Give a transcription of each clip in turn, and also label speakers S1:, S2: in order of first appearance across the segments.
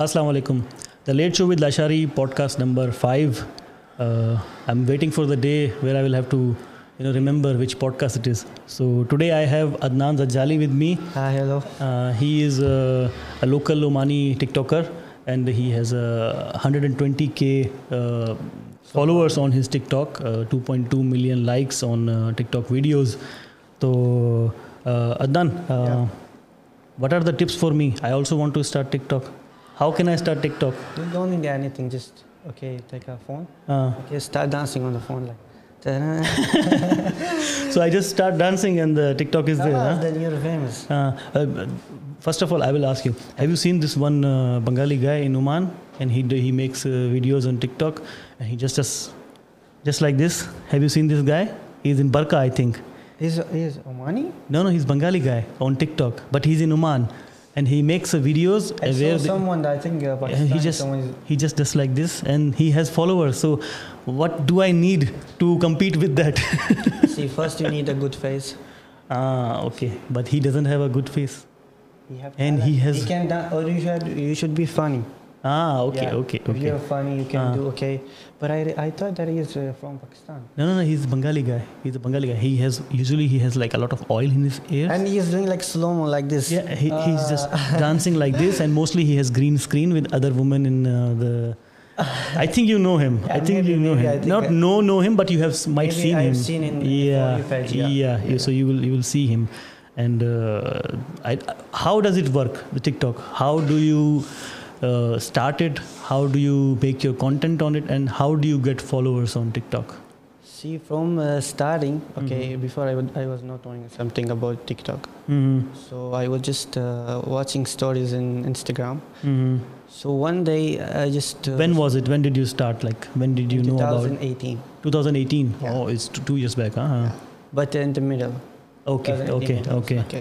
S1: Assalamu alaikum. The Late Show with Lashari, podcast number five. Uh, I'm waiting for the day where I will have to, you know, remember which podcast it is. So today I have Adnan Zajali with me.
S2: Hi, hello.
S1: Uh, he is uh, a local Omani TikToker, and he has uh, 120k uh, followers on his TikTok, uh, 2.2 million likes on uh, TikTok videos. So, uh, Adnan, uh, what are the tips for me? I also want to start TikTok. How can I start TikTok?
S2: You don't need anything. Just okay. Take a phone.
S1: Uh,
S2: Okay, start dancing on the phone like. ta-da,
S1: so I just start dancing, and the TikTok is there. huh?
S2: then you're famous.
S1: Uh, uh, first of all, I will ask you: Have you seen this one uh, Bengali guy in Oman, and he he makes uh, videos on TikTok, and he just just just like this? Have you seen this guy? He's in Barka, I think.
S2: He's he's Omani.
S1: No, no, he's Bengali guy on TikTok, but he's in Oman, and he makes uh, videos uh,
S2: I saw
S1: where the-
S2: someone that I think uh, Pakistani.
S1: and he just
S2: someone is,
S1: he just just like this, and he has followers. So, what do I need to compete with that?
S2: see, first you need a good face.
S1: ah, okay, but he doesn't have a good face.
S2: You have
S1: And he
S2: talent.
S1: has-
S2: You can dance, or you should you should be funny.
S1: Ah, okay,
S2: Yeah,
S1: okay,
S2: If
S1: okay.
S2: you're funny, you can
S1: Ah.
S2: do okay. But I I thought that he is uh, from Pakistan.
S1: No, no, no. He's Bengali guy. He's a Bengali guy. He has usually he has like a lot of oil in his ears.
S2: And he is doing like slow mo like this.
S1: yeah, he, he's just
S2: Uh,
S1: dancing like this, and mostly he has green screen with other women in uh, the. I think you know him. I
S2: Yeah,
S1: think
S2: maybe-
S1: you know
S2: maybe I
S1: him.
S2: think
S1: Not
S2: I-
S1: know know him, but you have s- might
S2: Maybe
S1: seen
S2: I've
S1: him.
S2: seen in- in the
S1: yeah,
S2: For You page,
S1: yeah,
S2: yeah.
S1: yeah. So you will you will see him, and uh, I, how does it work the TikTok? How do you uh, start it? How do you make your content on it? And how do you get followers on TikTok?
S2: see, from uh, starting, okay.
S1: Mm-hmm.
S2: Before I would, I was not knowing something about TikTok.
S1: hmm
S2: So I was just uh, watching stories in Instagram. Mm-hmm.
S1: hmm
S2: So one day I just uh,
S1: when was it when did you start like when did you know about
S2: 2018,
S1: 2018
S2: Yeah.
S1: oh it's two, two years back huh
S2: but in the middle.
S1: okay
S2: 2018
S1: okay
S2: it was,
S1: okay
S2: Okay.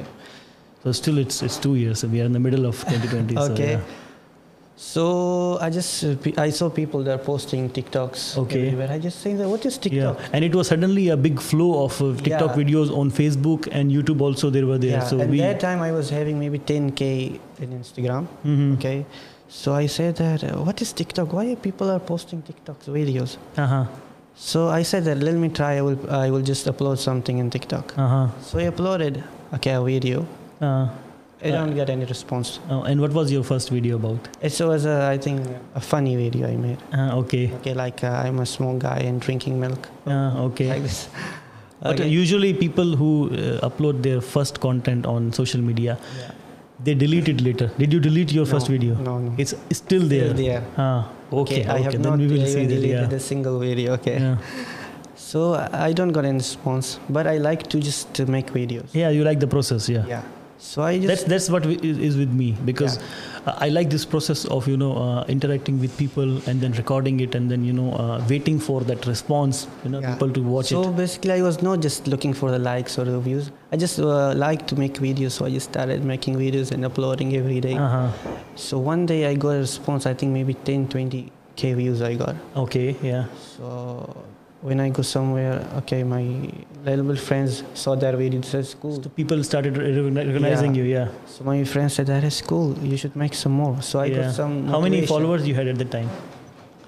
S1: so still it's it's two years we are in the middle of 2020
S2: Okay.
S1: so uh, yeah.
S2: So I just uh, pe- I saw people that are posting TikToks
S1: Okay.
S2: everywhere. I just think that what is TikTok?
S1: yeah and it was suddenly a big flow of uh, tiktok
S2: Yeah.
S1: videos on facebook and youtube also they were there so
S2: At
S1: we
S2: that time I was having maybe 10k in Instagram.
S1: Mhm.
S2: Okay. So I said that uh, what is TikTok? Why are people are posting TikToks videos?
S1: uh-huh
S2: So I said that let me try. I will I will just upload something in TikTok.
S1: uh-huh
S2: So I uploaded okay a video.
S1: uh,
S2: I don't get any response.
S1: oh, and what was your first video about
S2: It was, a, I think, a funny video I made.
S1: uh, okay
S2: Okay, like uh, I'm a small guy and drinking milk.
S1: uh, okay
S2: Like this.
S1: But
S2: Okay.
S1: usually people who uh, upload their first content on social media,
S2: Yeah.
S1: they delete it later. Did you delete your first
S2: No,
S1: video?
S2: No, no.
S1: It's still there.
S2: Still there.
S1: Ah, okay.
S2: I have
S1: okay,
S2: not
S1: then we will
S2: even
S1: see that.
S2: deleted
S1: Yeah.
S2: a single video. Okay.
S1: yeah.
S2: So I I don't got any response, but I like to just to make videos.
S1: Yeah, you like the process. Yeah.
S2: Yeah. So I
S1: That's
S2: just
S1: that's what we- is is with me because uh I like this process of you know uh, interacting with people and then recording it and then you know uh, waiting for that response you know
S2: Yeah.
S1: people to watch
S2: so
S1: it.
S2: basically I was not just looking for the likes or the views. I just uh, like to make videos, so I just started making videos and uploading every day.
S1: Uh-huh.
S2: So one day I got a response, I think maybe 10, 20 K views I got.
S1: Okay. Yeah.
S2: So when I go somewhere, okay, my little friends saw that video, says cool.
S1: So people started re- re- recognizing
S2: Yeah.
S1: you. Yeah.
S2: So my friends said that is cool, you should make some more. So I
S1: yeah.
S2: got some.
S1: How many
S2: motivation.
S1: followers you had at that time?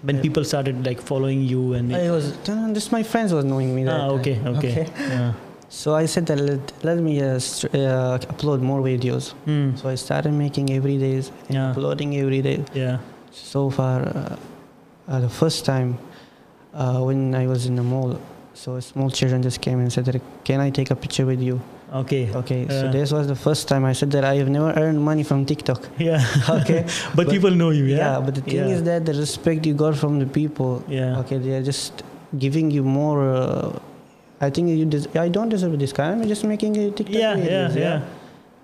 S1: When
S2: Uh,
S1: people started like following you and.
S2: I was then just my friends was knowing me. That
S1: ah,
S2: time.
S1: okay. Okay. Yeah.
S2: So I said that let, let me uh, str- uh, upload more videos.
S1: Hmm.
S2: So I started making every days,
S1: Yeah.
S2: uploading every day.
S1: Yeah.
S2: So far, uh, uh, the first time uh, when I was in the mall, so small children just came and said, that, "Can I take a picture with you?"
S1: Okay.
S2: Okay, so
S1: Yeah.
S2: this was the first time I said that I have never earned money from TikTok.
S1: Yeah.
S2: Okay,
S1: but,
S2: But-
S1: people know you. Yeah.
S2: but the thing
S1: Yeah.
S2: is that the respect you got from the people,
S1: Yeah.
S2: okay, they are just giving you more. Uh, I think you. Des- I don't deserve this kind. I'm just making a TikTok.
S1: Yeah,
S2: videos,
S1: yeah, yeah.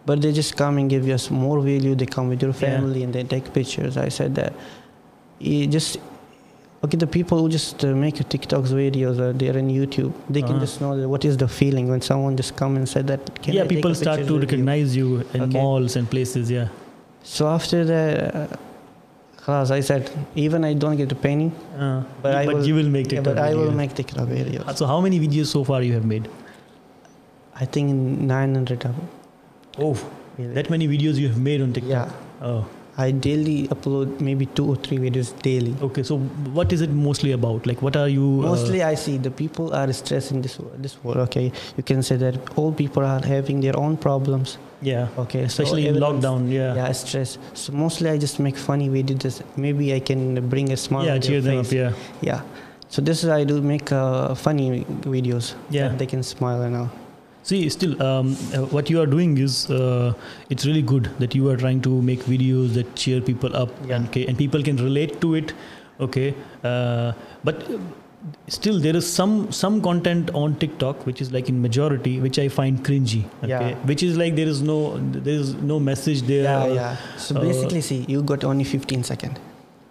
S2: But they just come and give you us more value. They come with your
S1: Yeah.
S2: family and they take pictures. I said that. You just okay. The people who just uh, make TikToks videos or they're on YouTube, they can
S1: Uh-huh.
S2: just know that what is the feeling when someone just come and said that. Can I
S1: yeah,
S2: take a
S1: people start
S2: picture
S1: to
S2: with you?"
S1: recognize you, in
S2: Okay.
S1: malls and places. Yeah.
S2: So after the, uh, class, I said even I don't get a penny,
S1: Uh,
S2: But I will-
S1: you will make
S2: yeah,
S1: TikTok.
S2: but I will
S1: videos.
S2: make TikTok videos.
S1: So how many videos so far you have made?
S2: I think 900 of
S1: Oh,
S2: videos.
S1: that many videos you have made on TikTok.
S2: Oh. Yeah,
S1: Oh,
S2: I daily upload maybe two or three videos daily.
S1: Okay, so what is it mostly about? Like, what are you? uh,
S2: Mostly, I see the people are stressing this wo- this world. Okay, you can say that all people are having their own problems.
S1: yeah,
S2: Okay, so
S1: especially in
S2: everyone's-
S1: lockdown. Yeah,
S2: Yeah, stress. So mostly, I just make funny videos. Maybe I can bring a smile.
S1: yeah,
S2: on
S1: cheer
S2: their
S1: them up.
S2: face.
S1: Yeah,
S2: Yeah. So this is I do make uh, funny videos.
S1: Yeah.
S2: That they can smile and all.
S1: See, still, um, uh, what you are doing is uh, it's really good that you are trying to make videos that cheer people up,
S2: Yeah.
S1: and, ca- and people can relate to it. Okay, uh, but uh, still, there is some some content on TikTok which is like in majority, which I find cringy. Okay,
S2: Yeah.
S1: which is like there is no there is no message there.
S2: Yeah,
S1: or-
S2: yeah. So
S1: uh,
S2: basically, see, you got only 15 second.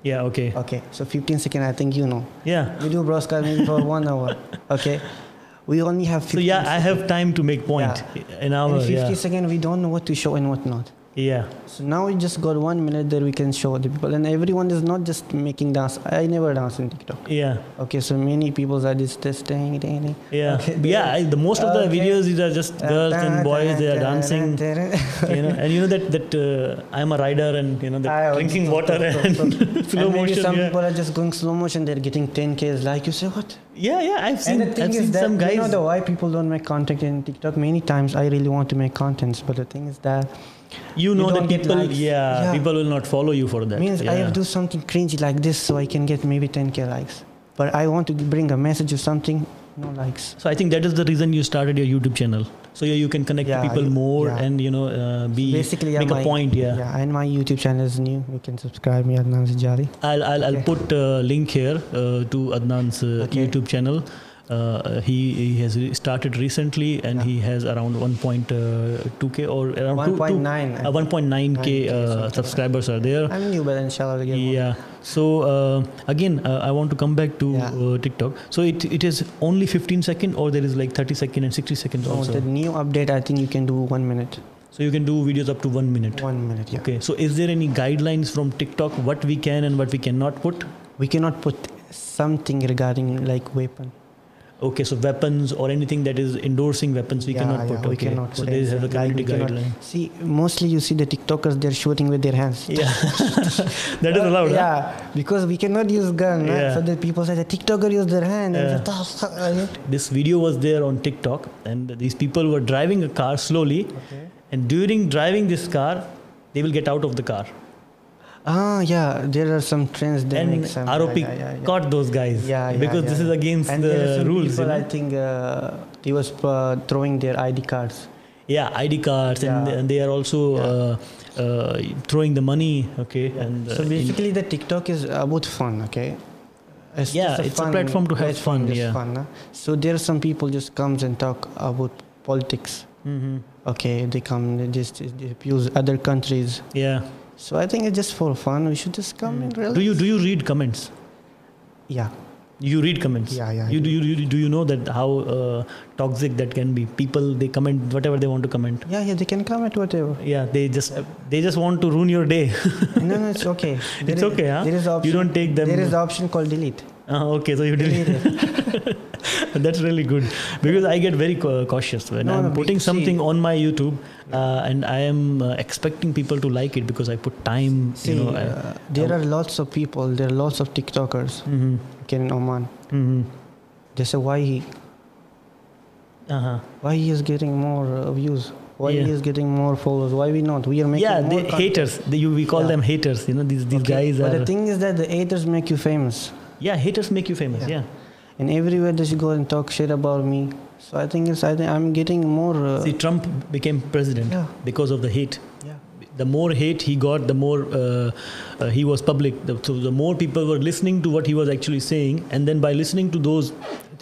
S1: yeah, Okay.
S2: Okay. So 15 second, I think you know.
S1: yeah.
S2: We do broadcast maybe for one hour. Okay. We only have 15
S1: So yeah, I have time to make point an hour.
S2: In 50
S1: Yeah.
S2: second we don't know what to show and what not.
S1: Yeah.
S2: So now we just got one minute that we can show the people. And everyone is not just making dance. I never dance in TikTok.
S1: Yeah.
S2: Okay, so many people are just just dang, dang, dang.
S1: Yeah,
S2: Okay,
S1: yeah. I, the most of the
S2: Okay.
S1: videos these are just girls and boys. They are dancing. you know, and you know that that uh, I'm a rider, and you know that
S2: Ah,
S1: drinking
S2: so-
S1: water
S2: so-
S1: and
S2: so-
S1: slow
S2: and maybe
S1: motion.
S2: Some
S1: yeah.
S2: people are just going slow motion. They're getting 10Ks. Like you say, what?
S1: yeah, yeah, I've seen,
S2: and the thing
S1: I've
S2: is
S1: seen
S2: that
S1: some guys.
S2: you know the why people don't make content in TikTok. Many times I really want to make contents, but the thing is that
S1: you
S2: you
S1: know that
S2: don't get
S1: people,
S2: likes.
S1: yeah,
S2: Yeah.
S1: people will not follow you for that.
S2: means I
S1: Yeah.
S2: have to do something cringy like this so I can get maybe 10K likes. But I want to bring a message or something. No likes.
S1: So I think that is the reason you started your YouTube channel. So yeah, you can connect
S2: Yeah,
S1: to people
S2: you-
S1: more,
S2: yeah.
S1: and you know, uh, be
S2: Basically,
S1: make
S2: yeah,
S1: a
S2: my,
S1: point. Yeah,
S2: yeah, and my YouTube channel is new. You can subscribe me Adnan Zijari.
S1: I'll I'll, I'll
S2: Okay.
S1: put uh, link here uh, to Adnan's uh,
S2: Okay.
S1: YouTube channel. Uh, he, he has re- started recently and
S2: Yeah.
S1: he has around 1.2k or around two- two-
S2: 1.9. I
S1: uh, 1.9k
S2: 9K
S1: uh,
S2: something.
S1: subscribers are there
S2: I'm new, but inshallah, I'll get more.
S1: yeah so uh, again uh, i want to come back to
S2: Yeah.
S1: uh, tiktok so it, it is only 15 second or there is like 30 second and 60 seconds
S2: No, the
S1: also
S2: new update, I think you can do one minute.
S1: so you can do videos up to 1 minute
S2: One minute, yeah.
S1: okay so is there any guidelines from tiktok what we can and what we cannot put
S2: We cannot put something regarding like weapon.
S1: okay so weapons or anything that is endorsing weapons we
S2: Yeah,
S1: cannot
S2: yeah,
S1: put
S2: we
S1: okay
S2: cannot
S1: so
S2: say
S1: there is a
S2: like
S1: community
S2: we cannot-
S1: guideline
S2: See, mostly you see the TikTokers, they're shooting with their hands.
S1: yeah that is allowed huh?
S2: Yeah, because we cannot use gun. right?
S1: Yeah.
S2: So the people say the TikToker use their hand.
S1: Yeah.
S2: And the
S1: this video was there on tiktok and these people were driving a car slowly
S2: okay.
S1: and during driving this car they will get out of the car
S2: Ah, yeah, there are some trends. They
S1: and
S2: make some,
S1: ROP
S2: yeah, yeah, yeah, yeah.
S1: caught those guys
S2: Yeah, yeah,
S1: because
S2: yeah,
S1: this is
S2: yeah.
S1: against
S2: And there are
S1: the
S2: some
S1: rules you
S2: People, I
S1: know?
S2: think uh, they was uh, throwing their ID cards.
S1: yeah ID cards and,
S2: Yeah.
S1: and they are also uh, uh, throwing the money okay and uh,
S2: so
S1: in-
S2: basically, the TikTok is about fun, okay? It's
S1: Yeah,
S2: just
S1: it's a platform to have
S2: platform,
S1: fun,
S2: just
S1: yeah.
S2: fun, huh? So there are some people just comes and talk about politics.
S1: Mhm.
S2: Okay, they come they just they abuse other countries.
S1: yeah
S2: So I think it's just for fun. We should just come and relax.
S1: Mm. do you do you read comments
S2: Yeah,
S1: you read comments
S2: yeah, yeah.
S1: you do you, you do you know that how uh, toxic that can be people they comment whatever they want to comment
S2: Yeah, yeah. They can come at whatever.
S1: yeah they just they just want to ruin your day
S2: no, no, it's okay.
S1: it's
S2: There is-
S1: okay huh?
S2: There is option.
S1: you don't take them
S2: There is the option called delete.
S1: Ah, okay, so you delete. That's really good because I get very cau- cautious when
S2: No,
S1: I'm
S2: no, be-
S1: putting
S2: see-
S1: something on my YouTube, uh, and I am uh, expecting people to like it because I put time.
S2: See,
S1: you know. I-
S2: uh, there are lots of people. There are lots of TikTokers.
S1: Mhm,
S2: Okay, in Oman.
S1: mhm.
S2: They say why he
S1: Uh-huh.
S2: why he is getting more uh, views why
S1: Yeah.
S2: he is getting more followers why we not we are making
S1: Yeah,
S2: more
S1: they,
S2: content.
S1: haters. They, you, we call
S2: Yeah.
S1: them haters. You know, these these
S2: Okay,
S1: guys
S2: but
S1: are.
S2: the thing is that the haters make you famous
S1: yeah, haters make you famous. Yeah.
S2: Yeah. and everywhere they should go and talk shit about me so i think it's i think i'm getting more uh,
S1: See, Trump became president
S2: yeah
S1: because of the hate.
S2: yeah
S1: The more hate he got, the more uh, uh, he was public. The, so the more people were listening to what he was actually saying, and then by listening to those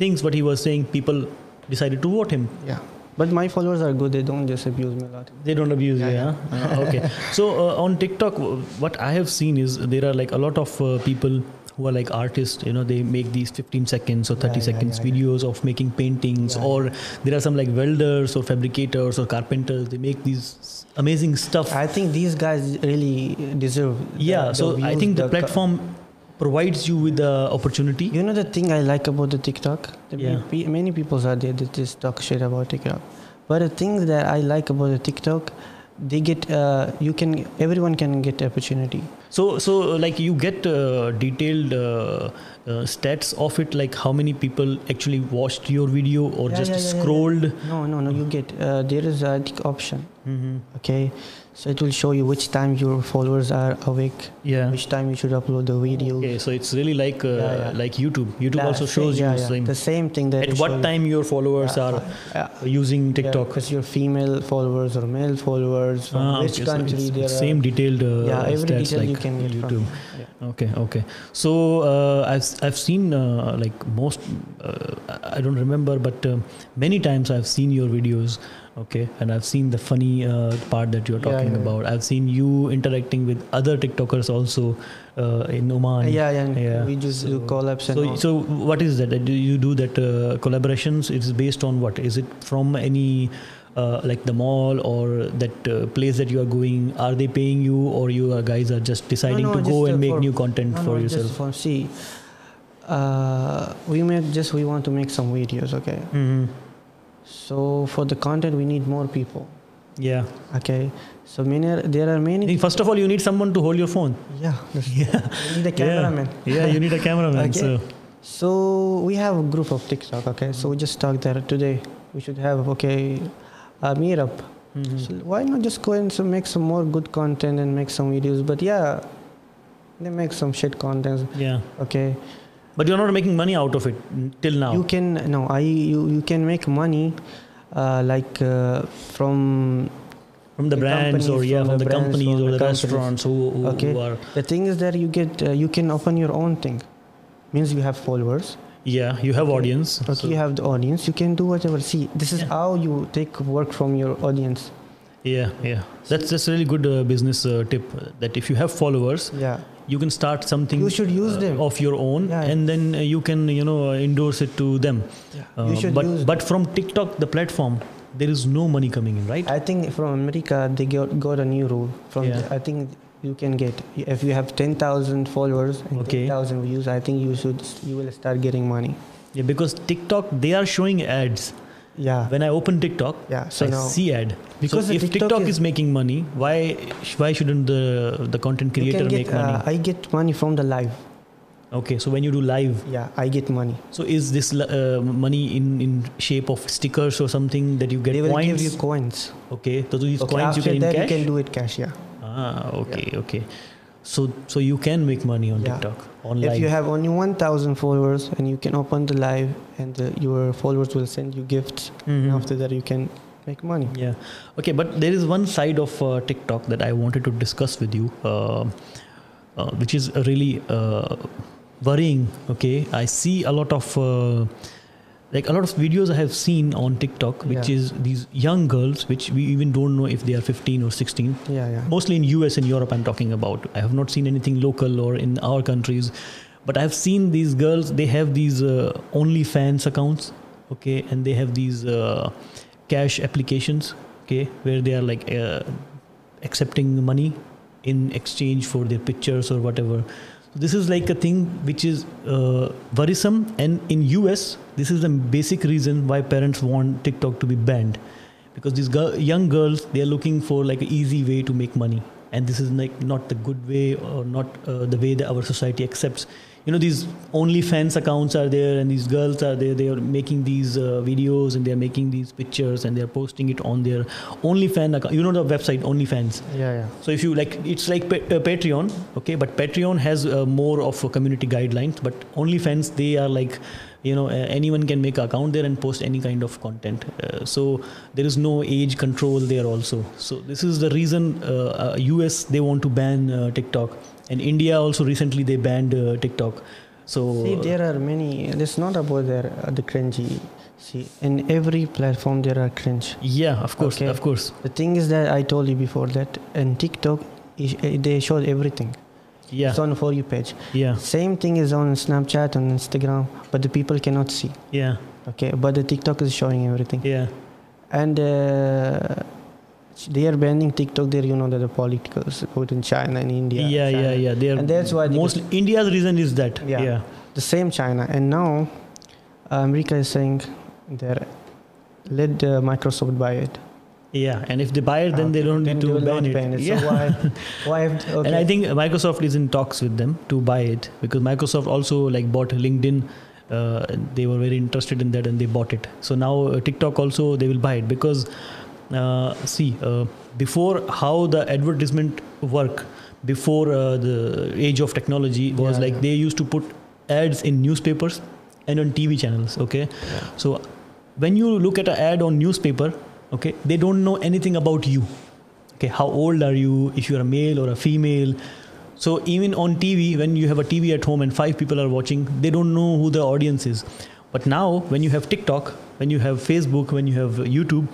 S1: things, what he was saying, people decided to vote him.
S2: yeah but my followers are good they don't just abuse me a lot
S1: They don't abuse you,
S2: Yeah,
S1: yeah. Uh, okay. So uh, on TikTok, w- what I have seen is there are like a lot of uh, people who are like artists. You know, they make these 15 seconds or 30
S2: yeah,
S1: seconds
S2: yeah, yeah.
S1: videos of making paintings,
S2: Yeah.
S1: or there are some like welders or fabricators or carpenters. They make these amazing stuff.
S2: i think these guys really deserve the-
S1: yeah.
S2: the
S1: so I
S2: views,
S1: think the,
S2: co-
S1: platform provides you with the opportunity.
S2: you know the thing I like about the TikTok? The
S1: Yeah.
S2: pe- many people are there that just talk shit about TikTok. But the thing that I like about the TikTok, they get uh, you can everyone can get opportunity
S1: So, so uh, like you get uh, detailed uh, uh, stats of it, like how many people actually watched your video or
S2: Yeah,
S1: just
S2: yeah, yeah, yeah, yeah.
S1: scrolled.
S2: no no no you get uh, there is a tick option
S1: Mm-hmm.
S2: okay so it will show you which time your followers are awake
S1: Yeah.
S2: which time you should upload the video
S1: Okay, so it's really like uh,
S2: Yeah, yeah.
S1: like YouTube. YouTube
S2: Yeah,
S1: also
S2: same-
S1: shows
S2: yeah,
S1: you
S2: yeah.
S1: same.
S2: the same thing that
S1: At
S2: it
S1: what
S2: shows-
S1: time your followers
S2: Yeah,
S1: are
S2: yeah,
S1: using TikTok?
S2: because your female followers or male followers from
S1: Ah,
S2: which
S1: okay, so
S2: country
S1: it's-
S2: they are
S1: it's same detailed uh,
S2: yeah every
S1: stats
S2: detail
S1: like
S2: you can get
S1: YouTube.
S2: from yeah.
S1: Okay, okay. So uh, I've I've seen uh, like most uh, I I don't remember, but um, many times I've seen your videos. Okay, and I've seen the funny uh, part that you're
S2: Yeah,
S1: talking
S2: yeah, yeah.
S1: about. I've seen you interacting with other TikTokers also uh, in Oman.
S2: yeah yeah,
S1: Yeah.
S2: we just do
S1: So-
S2: collabs and
S1: So
S2: all.
S1: so what is that? Do you do that uh, collaborations? It's based on what? Is it from any? Uh, like the mall or that uh, place that you are going, are they paying you, or you are guys are just deciding
S2: no,
S1: to go
S2: just,
S1: and
S2: uh,
S1: make
S2: for-
S1: new content
S2: No,
S1: for
S2: no, just
S1: yourself?
S2: for- see uh, we make just we want to make some videos okay
S1: hmm
S2: so for the content we need more people
S1: Yeah.
S2: okay so many are, there are many
S1: Hey, First of all, you need someone to hold your phone.
S2: yeah that's-
S1: Yeah.
S2: we need a cameraman
S1: Yeah, you need a cameraman.
S2: Okay.
S1: So.
S2: So we have a group of TikTok. Okay, so we just talk there today. We should have okay, a meetup. So why not just go and so make some more good content and make some videos? But yeah, they make some shit contents.
S1: Yeah.
S2: Okay,
S1: But you're not making money out of it n- till now.
S2: you can no, I you you can make money, uh, like uh, from
S1: from the
S2: the
S1: brands or
S2: companies,
S1: yeah, from
S2: from
S1: the
S2: the brands,
S1: companies
S2: from
S1: or
S2: the
S1: the
S2: companies.
S1: restaurants who, who,
S2: Okay.
S1: who are.
S2: the thing is that you get uh, you can open your own thing. Means you have followers.
S1: Yeah, you have audience.
S2: Okay,
S1: So-
S2: you have the audience. You can do whatever. See, this is
S1: Yeah.
S2: how you take work from your audience.
S1: yeah, yeah. That's that's a really good uh, business uh, tip. uh, That if you have followers,
S2: Yeah.
S1: you can start something.
S2: You should use
S1: uh,
S2: them.
S1: of your own,
S2: Yeah.
S1: and then uh, you can you know uh, endorse it to them.
S2: Yeah.
S1: Uh,
S2: you should
S1: but
S2: use
S1: but from TikTok, the platform, there is no money coming in, right?
S2: I think from America they got, got a new rule. From
S1: Yeah.
S2: I think you can get if you have ten thousand followers and
S1: Okay.
S2: ten thousand views. I think you should you will start getting money.
S1: Yeah, because TikTok they are showing ads.
S2: Yeah,
S1: When I open TikTok,
S2: yeah. So
S1: I
S2: now
S1: see ad.
S2: Because
S1: Because
S2: the
S1: if
S2: TikTok
S1: TikTok,
S2: is-
S1: is, making money, why why shouldn't the the content
S2: you
S1: creator
S2: can
S1: make
S2: get. Uh,
S1: money?
S2: I get money from the live.
S1: Okay, so when you do live,
S2: Yeah, I get money.
S1: so is this li- uh, money in in shape of stickers or something that you get
S2: they will
S1: coins?
S2: give you coins.
S1: okay, so these
S2: Okay,
S1: coins
S2: after
S1: you can
S2: that
S1: in
S2: you
S1: cash.
S2: can do it cash. Yeah.
S1: ah, okay, okay. So so you can make money on
S2: Yeah.
S1: TikTok on
S2: If
S1: live.
S2: you have only one thousand followers and you can open the live and uh, your followers will send you gifts.
S1: Mhm.
S2: And after that you can make money.
S1: Yeah. Okay, but there is one side of uh, TikTok that I wanted to discuss with you, uh, uh, which is really uh, worrying. Okay, I see a lot of. Uh, like a lot of videos I have seen on TikTok, which
S2: Yeah.
S1: is these young girls, which we even don't know if they are 15 or 16,
S2: Yeah, yeah.
S1: mostly in US and Europe I'm talking about. I have not seen anything local or in our countries, but I've seen these girls. They have these uh, OnlyFans accounts, okay, and they have these uh, cash applications, okay, where they are like uh, accepting money in exchange for their pictures or whatever. So this is like a thing which is uh, worrisome, and in US, this is the basic reason why parents want TikTok to be banned because these girl, young girls they are looking for like an easy way to make money and this is like not the good way or not uh, the way that our society accepts you know these only fans accounts are there and these girls are there they are making these uh, videos and they are making these pictures and they are posting it on their only fan account you know the website only fans
S2: Yeah, yeah.
S1: so if you like it's like pa- uh, patreon okay but patreon has uh, more of a community guidelines but onlyfans they are like you know uh, anyone can make an account there and post any kind of content uh, so there is no age control there also so this is the reason uh, uh, us they want to ban uh, tiktok and india also recently they banned uh, tiktok so
S2: See, there are many. It's not about the, uh, the cringy. See, in every platform there are cringe.
S1: yeah of course
S2: Okay.
S1: of course
S2: The thing is that I told you before that in TikTok, is- eh, they showed everything.
S1: yeah
S2: It's on for you page.
S1: yeah
S2: Same thing is on Snapchat, on Instagram, but the people cannot see.
S1: yeah
S2: Okay, but the TikTok is showing everything.
S1: yeah
S2: And uh, they are banning TikTok there. You know that the political support in China and India.
S1: yeah yeah
S2: China.
S1: yeah, They are
S2: And that's why they-
S1: mostly india's reason is that
S2: Yeah.
S1: yeah.
S2: the same China. And now America is saying that let uh, Microsoft buy it. Uh,
S1: Yeah, and if they buy it, then they don't
S2: Then
S1: need to
S2: they will
S1: ban
S2: not
S1: it.
S2: ban it.
S1: Yeah.
S2: So why? Why? Have, okay.
S1: And I think Microsoft is in talks with them to buy it because Microsoft also like bought LinkedIn. Uh, they were very interested in that and they bought it. So now uh, TikTok also they will buy it because uh, see uh, before how the advertisement work before uh, the age of technology was
S2: Yeah,
S1: like
S2: yeah.
S1: they used to put ads in newspapers and on TV channels. Okay, so when you look at an ad on newspaper, okay, they don't know anything about you okay how old are you if you're a male or a female so even on tv when you have a tv at home and five people are watching they don't know who the audience is but now when you have tiktok when you have facebook when you have youtube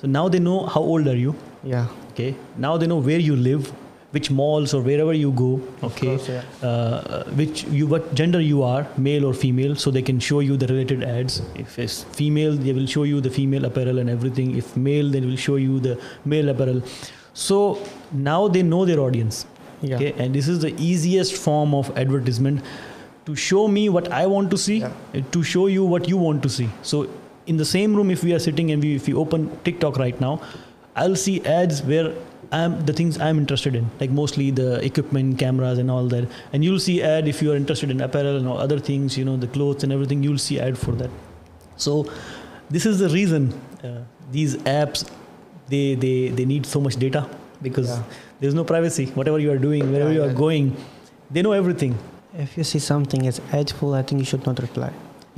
S1: so now they know how old are you
S2: yeah.
S1: okay now they know where you live which malls or wherever you go okay
S2: course, yeah.
S1: uh, which you what gender you are male or female so they can show you the related ads if it's female they will show you the female apparel and everything if male they will show you the male apparel so now they know their audience
S2: Yeah.
S1: okay and this is the easiest form of advertisement to show me what i want to see
S2: Yeah.
S1: to show you what you want to see so in the same room if we are sitting and we if we open tiktok right now i'll see ads where i'm the things i'm interested in like mostly the equipment cameras and all that and you'll see ad if you are interested in apparel and other things you know the clothes and everything you'll see ad for that so this is the reason uh, these apps they, they they need so much data because
S2: Yeah.
S1: there's no privacy. Whatever you are doing, wherever
S2: Yeah,
S1: you are
S2: that-
S1: going, they know everything.
S2: If you see something as hateful, I think you should not reply.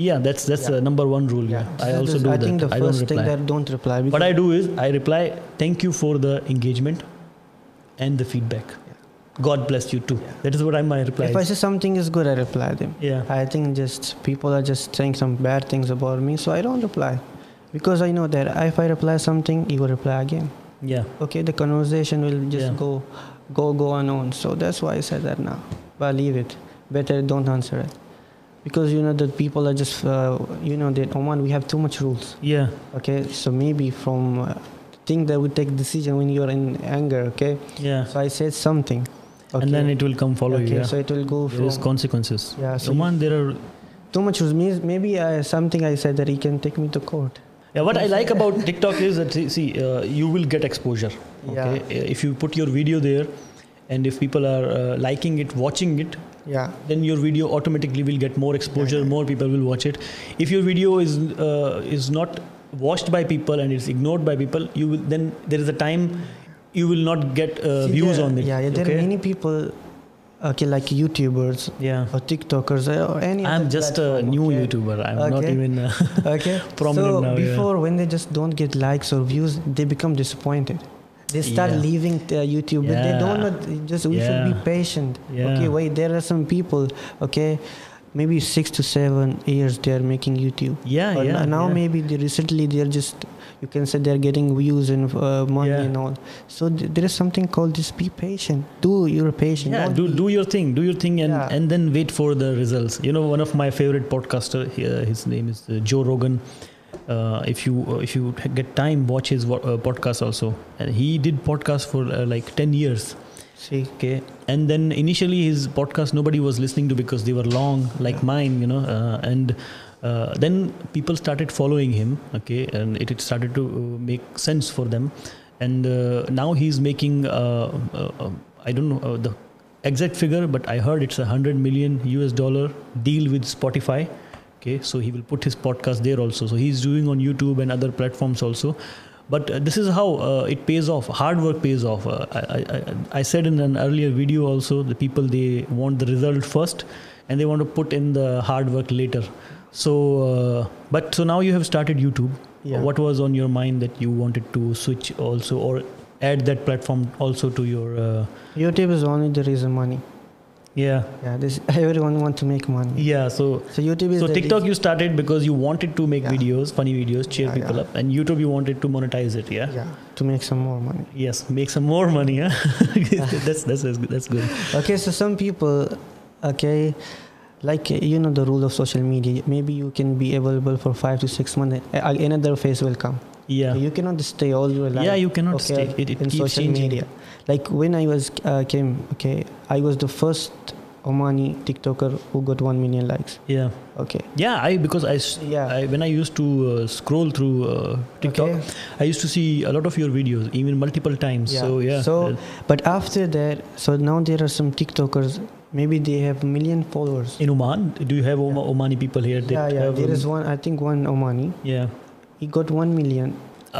S1: Yeah, that's that's
S2: Yeah.
S1: the number one rule. Yeah, I
S2: This
S1: also
S2: is-
S1: do
S2: I
S1: that.
S2: think the
S1: I don't
S2: first thing
S1: reply.
S2: that don't reply.
S1: what
S2: because-
S1: I do is I reply, "Thank you for the engagement and the feedback. God bless you too." That is what I my reply.
S2: if I
S1: is.
S2: see something is good, I reply them.
S1: yeah,
S2: I think just people are just saying some bad things about me, so I don't reply because I know that if I reply something, he will reply again.
S1: yeah,
S2: Okay, the conversation will just
S1: Yeah.
S2: go, go, go on on. So that's why I said that now. But leave it. Better don't answer it because you know that people are just uh, you know that Oman we have too much rules.
S1: yeah,
S2: Okay, so maybe from uh, thing that we take decision when you're in anger. Okay,
S1: yeah.
S2: so I said something. Okay.
S1: And then it will come follow
S2: okay,
S1: you. Yeah.
S2: so it will go
S1: there
S2: from
S1: is consequences.
S2: yeah. So
S1: Oman, there are
S2: too much was means maybe I, something I said that he can take me to court.
S1: Yeah, what I like about TikTok is that see- see, uh, you will get exposure. Okay, Uh, if you put your video there, and if people are uh, liking it, watching it,
S2: Yeah,
S1: then your video automatically will get more exposure. More people will watch it. If your video is uh, is not watched by people and it's ignored by people, you will then there is a time you will not get uh,
S2: See,
S1: views
S2: there-
S1: on it.
S2: Yeah, yeah. There
S1: okay?
S2: are many people, okay, like YouTubers
S1: Yeah,
S2: or TikTokers or any.
S1: I'm
S2: other
S1: just a
S2: platform,
S1: new
S2: okay?
S1: YouTuber. I'm not
S2: Okay.
S1: even. Uh,
S2: Okay.
S1: prominent
S2: so
S1: now, yeah.
S2: before, when they just don't get likes or views, they become disappointed. They start
S1: Yeah.
S2: leaving the YouTube, but they don't.
S1: Yeah.
S2: know- they Just we should be
S1: Yeah.
S2: patient.
S1: Yeah.
S2: Okay, wait. There are some people. Okay, maybe six to seven years they are making YouTube.
S1: yeah,
S2: Or
S1: yeah.
S2: n- now
S1: yeah.
S2: maybe they recently they're just you can say they're getting views and uh, money
S1: Yeah.
S2: and all so th- there is something called just be patient do your patient
S1: yeah
S2: Don't
S1: do,
S2: be-
S1: do your thing do your thing and,
S2: Yeah.
S1: and then wait for the results you know one of my favorite podcaster here his name is uh, joe rogan uh, if you uh, if you get time watch his wo- uh, podcast also and he did podcast for uh, like 10 years
S2: see
S1: okay and then initially his podcast nobody was listening to because they were long like mine you know uh, and uh, then people started following him okay and it, it started to uh, make sense for them and uh, now he's making uh, uh, uh, i don't know uh, the exact figure but i heard it's a 100 million us dollar deal with spotify okay so he will put his podcast there also so he's doing on youtube and other platforms also but uh, this is how uh, it pays off hard work pays off uh, I, I, I- I said in an earlier video also the people they want the result first and they want to put in the hard work later so uh, but so now you have started youtube
S2: Yeah.
S1: what was on your mind that you wanted to switch also or add that platform also to your uh,
S2: youtube is only the reason money
S1: yeah
S2: yeah this everyone want to make money
S1: yeah so
S2: so youtube is
S1: so
S2: the
S1: tiktok you started because you wanted to make
S2: Yeah.
S1: videos funny videos cheer
S2: Yeah,
S1: people
S2: yeah.
S1: up and youtube you wanted to monetize it yeah
S2: reason- yeah to make some more money
S1: yes make some more money huh? that's, that's that's good- that's good
S2: okay so some people okay like uh, you know the rule of social media maybe you can be available for five to six months a- a- another phase will come
S1: yeah
S2: you cannot stay all your life
S1: yeah you cannot
S2: okay,
S1: stay it, it
S2: in
S1: keeps
S2: social
S1: changing
S2: media. Like when I was uh, came, okay, I was the first Omani TikToker who got 1 million likes.
S1: yeah
S2: Okay.
S1: yeah i because i, s-
S2: Yeah.
S1: I when i used to uh, scroll through uh, tiktok
S2: Okay.
S1: i used to see a lot of your videos even multiple times so yeah Uh,
S2: So,
S1: that-
S2: but after that, so now there are some TikTokers, maybe they have a million followers.
S1: in oman do you have Oma- omani people here that
S2: yeah, yeah.
S1: have,
S2: There
S1: um,
S2: is one, I think one Omani.
S1: yeah
S2: He got 1 million.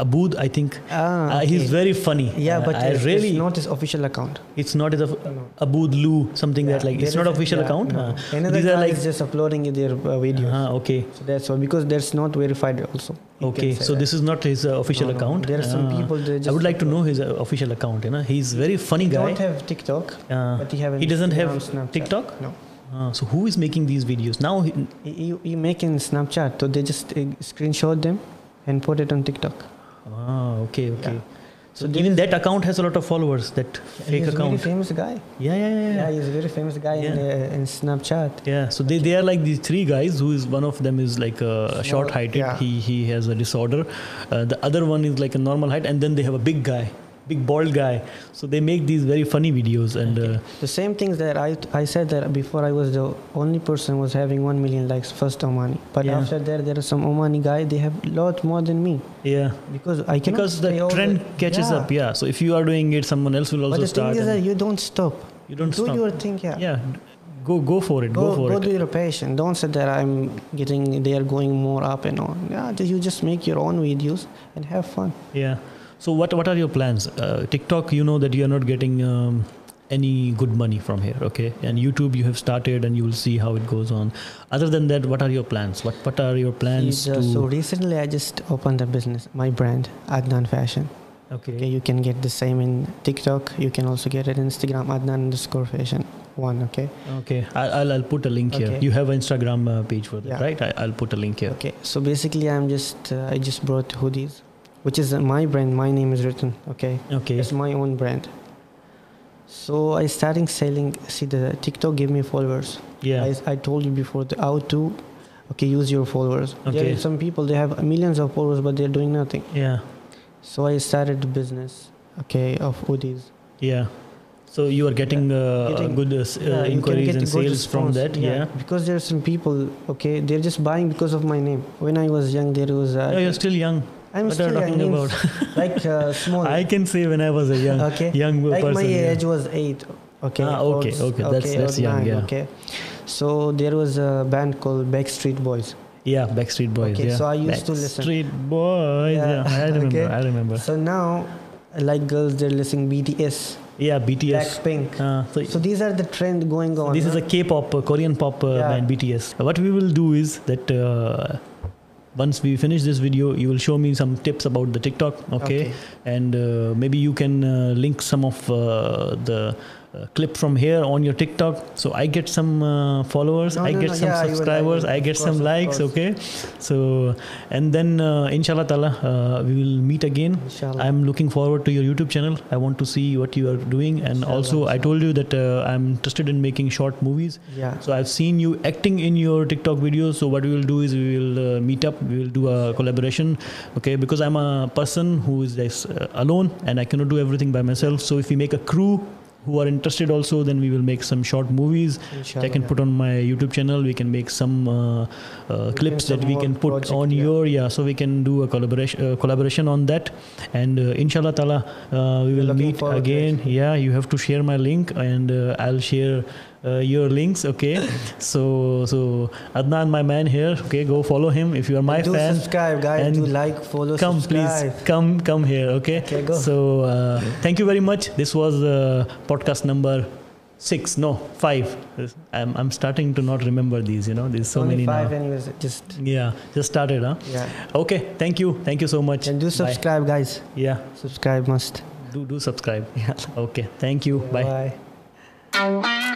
S1: abud i think
S2: Ah,
S1: uh, he's
S2: okay.
S1: very funny
S2: Yeah,
S1: Uh,
S2: but
S1: i
S2: it's, it's
S1: really
S2: not his official account.
S1: it's not as a
S2: No.
S1: abud lu something that
S2: Yeah,
S1: like
S2: there
S1: it's not
S2: is-
S1: official
S2: yeah,
S1: account
S2: no.
S1: Uh,
S2: Another
S1: these are
S2: guy
S1: like
S2: is just uploading their uh, videos.
S1: uh, okay
S2: So that's all because that's not verified also. You
S1: okay
S2: can say
S1: so
S2: that.
S1: this is not his uh, official
S2: No, no,
S1: account
S2: There are some
S1: Ah.
S2: people that just
S1: i would like to know his uh, official account you know he's very funny
S2: He
S1: guy
S2: don't have TikTok,
S1: Uh,
S2: but he have.
S1: he doesn't have
S2: Instagram, Snapchat.
S1: tiktok
S2: No,
S1: Uh, so who is making these videos now? he-
S2: he, he, he making Snapchat, so they just uh, screenshot them and put it on TikTok.
S1: Ah, okay, okay.
S2: Yeah.
S1: So,
S2: there
S1: even
S2: is-
S1: that account has a lot of followers. That fake
S2: he's a very
S1: account.
S2: famous guy.
S1: Yeah, yeah, yeah,
S2: Yeah,
S1: yeah.
S2: he's a very famous guy in,
S1: Yeah.
S2: uh, in Snapchat.
S1: Yeah. So they, they are like these three guys. Who is one of them is like a short heighted.
S2: yeah.
S1: He he has a disorder. Uh, the other one is like a normal height, and then they have a big guy, big bald guy. So they make these very funny videos and. Uh,
S2: The same things that I I said that before I was the only person was having one million likes first Omani, but
S1: Yeah.
S2: after that there are some Omani guy they have lot more than me
S1: yeah,
S2: because I cannot
S1: because
S2: stay
S1: the
S2: all
S1: trend catches
S2: Yeah.
S1: up. Yeah, so if you are doing it, someone else will also
S2: But the
S1: start.
S2: thing is that
S1: and
S2: you don't stop.
S1: you don't
S2: do
S1: stop.
S2: your thing, yeah.
S1: yeah, go go for it. Go,
S2: Go,
S1: for
S2: go
S1: it.
S2: do your passion. Don't say that I'm getting, they are going more up and on. Yeah, th- you just make your own videos and have fun.
S1: Yeah. So what what are your plans? Uh, TikTok, you know that you are not getting um, any good money from here, okay? And YouTube, you have started, and you will see how it goes on. Other than that, what are your plans? What what are your plans
S2: Is, uh,
S1: to?
S2: so recently I just opened a business, my brand, Adnan Fashion. Okay,
S1: okay.
S2: you can get the same in TikTok. You can also get it in Instagram, Adnan underscore fashion one. Okay.
S1: Okay. I, I'll I'll put a link here.
S2: Okay.
S1: You have an Instagram uh, page for that,
S2: Yeah.
S1: right? I, I'll put a link here.
S2: Okay. So basically, I'm just, uh, I just brought hoodies, which is uh, my brand. My name is written. Okay.
S1: Okay.
S2: It's my own brand. So I starting selling. See, the TikTok gave me followers.
S1: Yeah.
S2: I, I told you before the how to, okay, use your followers. There
S1: Okay.
S2: are some people they have millions of followers, but they're doing nothing.
S1: Yeah.
S2: So I started the business, okay, of hoodies.
S1: Yeah. So you are getting, uh,
S2: Getting-
S1: good uh, s- uh,
S2: Yeah, you can
S1: inquiries
S2: get
S1: and
S2: good
S1: sales from
S2: response,
S1: that. Yeah.
S2: Because there are some people, okay, they're just buying because of my name. When I was young, there was. Uh,
S1: No, you're still young.
S2: I'm
S1: what are
S2: still
S1: you
S2: young,
S1: talking
S2: means like uh, small.
S1: I can say when I was a young
S2: okay.
S1: young
S2: like
S1: person.
S2: my
S1: yeah.
S2: age was eight. Okay.
S1: Ah,
S2: or
S1: okay,
S2: s-
S1: okay, that's-
S2: or
S1: that's young,
S2: nine,
S1: yeah.
S2: Okay. So there was a band called Backstreet Boys.
S1: Yeah, Backstreet Boys.
S2: Okay,
S1: yeah.
S2: so I used to listen.
S1: Backstreet Boys. Yeah,
S2: Yeah,
S1: I remember.
S2: okay.
S1: I remember.
S2: So now, like girls, they're listening BTS,
S1: Yeah, BTS.
S2: Blackpink.
S1: Uh, so,
S2: So these are the trend going on.
S1: this is
S2: huh?
S1: a K-pop, uh, Korean pop uh,
S2: Yeah.
S1: band BTS. What we will do is that uh, once we finish this video, you will show me some tips about the TikTok. Okay,
S2: Okay.
S1: and uh, maybe you can uh, link some of uh, the. Uh, clip from here on your TikTok, so I get some uh, followers,
S2: No,
S1: I
S2: no,
S1: get
S2: no,
S1: some
S2: yeah, I will, I
S1: subscribers,
S2: will,
S1: I
S2: of
S1: get
S2: course,
S1: some
S2: of
S1: likes.
S2: course.
S1: Okay, so and then uh, inshallah, Taala, uh, we will meet again.
S2: Inshallah.
S1: I'm looking forward to your YouTube channel. I want to see what you are doing, and
S2: Inshallah,
S1: also I told you that uh, I'm interested in making short movies.
S2: yeah.
S1: So I've seen you acting in your TikTok videos. So what we will do is we will uh, meet up. We will do a collaboration, okay? Because I'm a person who is just, uh, alone, and I cannot do everything by myself. So if we make a crew who are interested also, then we will make some short movies. that I
S2: Inshallah,
S1: can
S2: yeah.
S1: put on my YouTube channel. We can make some uh, uh, clips
S2: some
S1: that we
S2: more
S1: can put
S2: project,
S1: on
S2: yeah.
S1: your yeah. So we can do a collaboration uh, collaboration on that. And uh, inshallah, Taala, uh, we
S2: We're
S1: will
S2: looking
S1: meet
S2: forward to
S1: again.
S2: it.
S1: Yeah, you have to share my link, and uh, I'll share. Uh, your links okay so so adnan my man here okay go follow him if you are my
S2: do
S1: fan
S2: subscribe, guys.
S1: and
S2: Do like, follow,
S1: come
S2: subscribe.
S1: please come come here okay,
S2: Okay, go.
S1: so uh, thank you very much this was uh, podcast number six no five This- I'm, I'm starting to not remember these you know there's so
S2: Only
S1: many
S2: five,
S1: now
S2: anyways. Just
S1: yeah just started huh
S2: yeah.
S1: okay thank you thank you so much
S2: And do
S1: Bye.
S2: subscribe, guys.
S1: yeah
S2: Subscribe must.
S1: do do subscribe yeah okay thank you bye.
S2: Bye.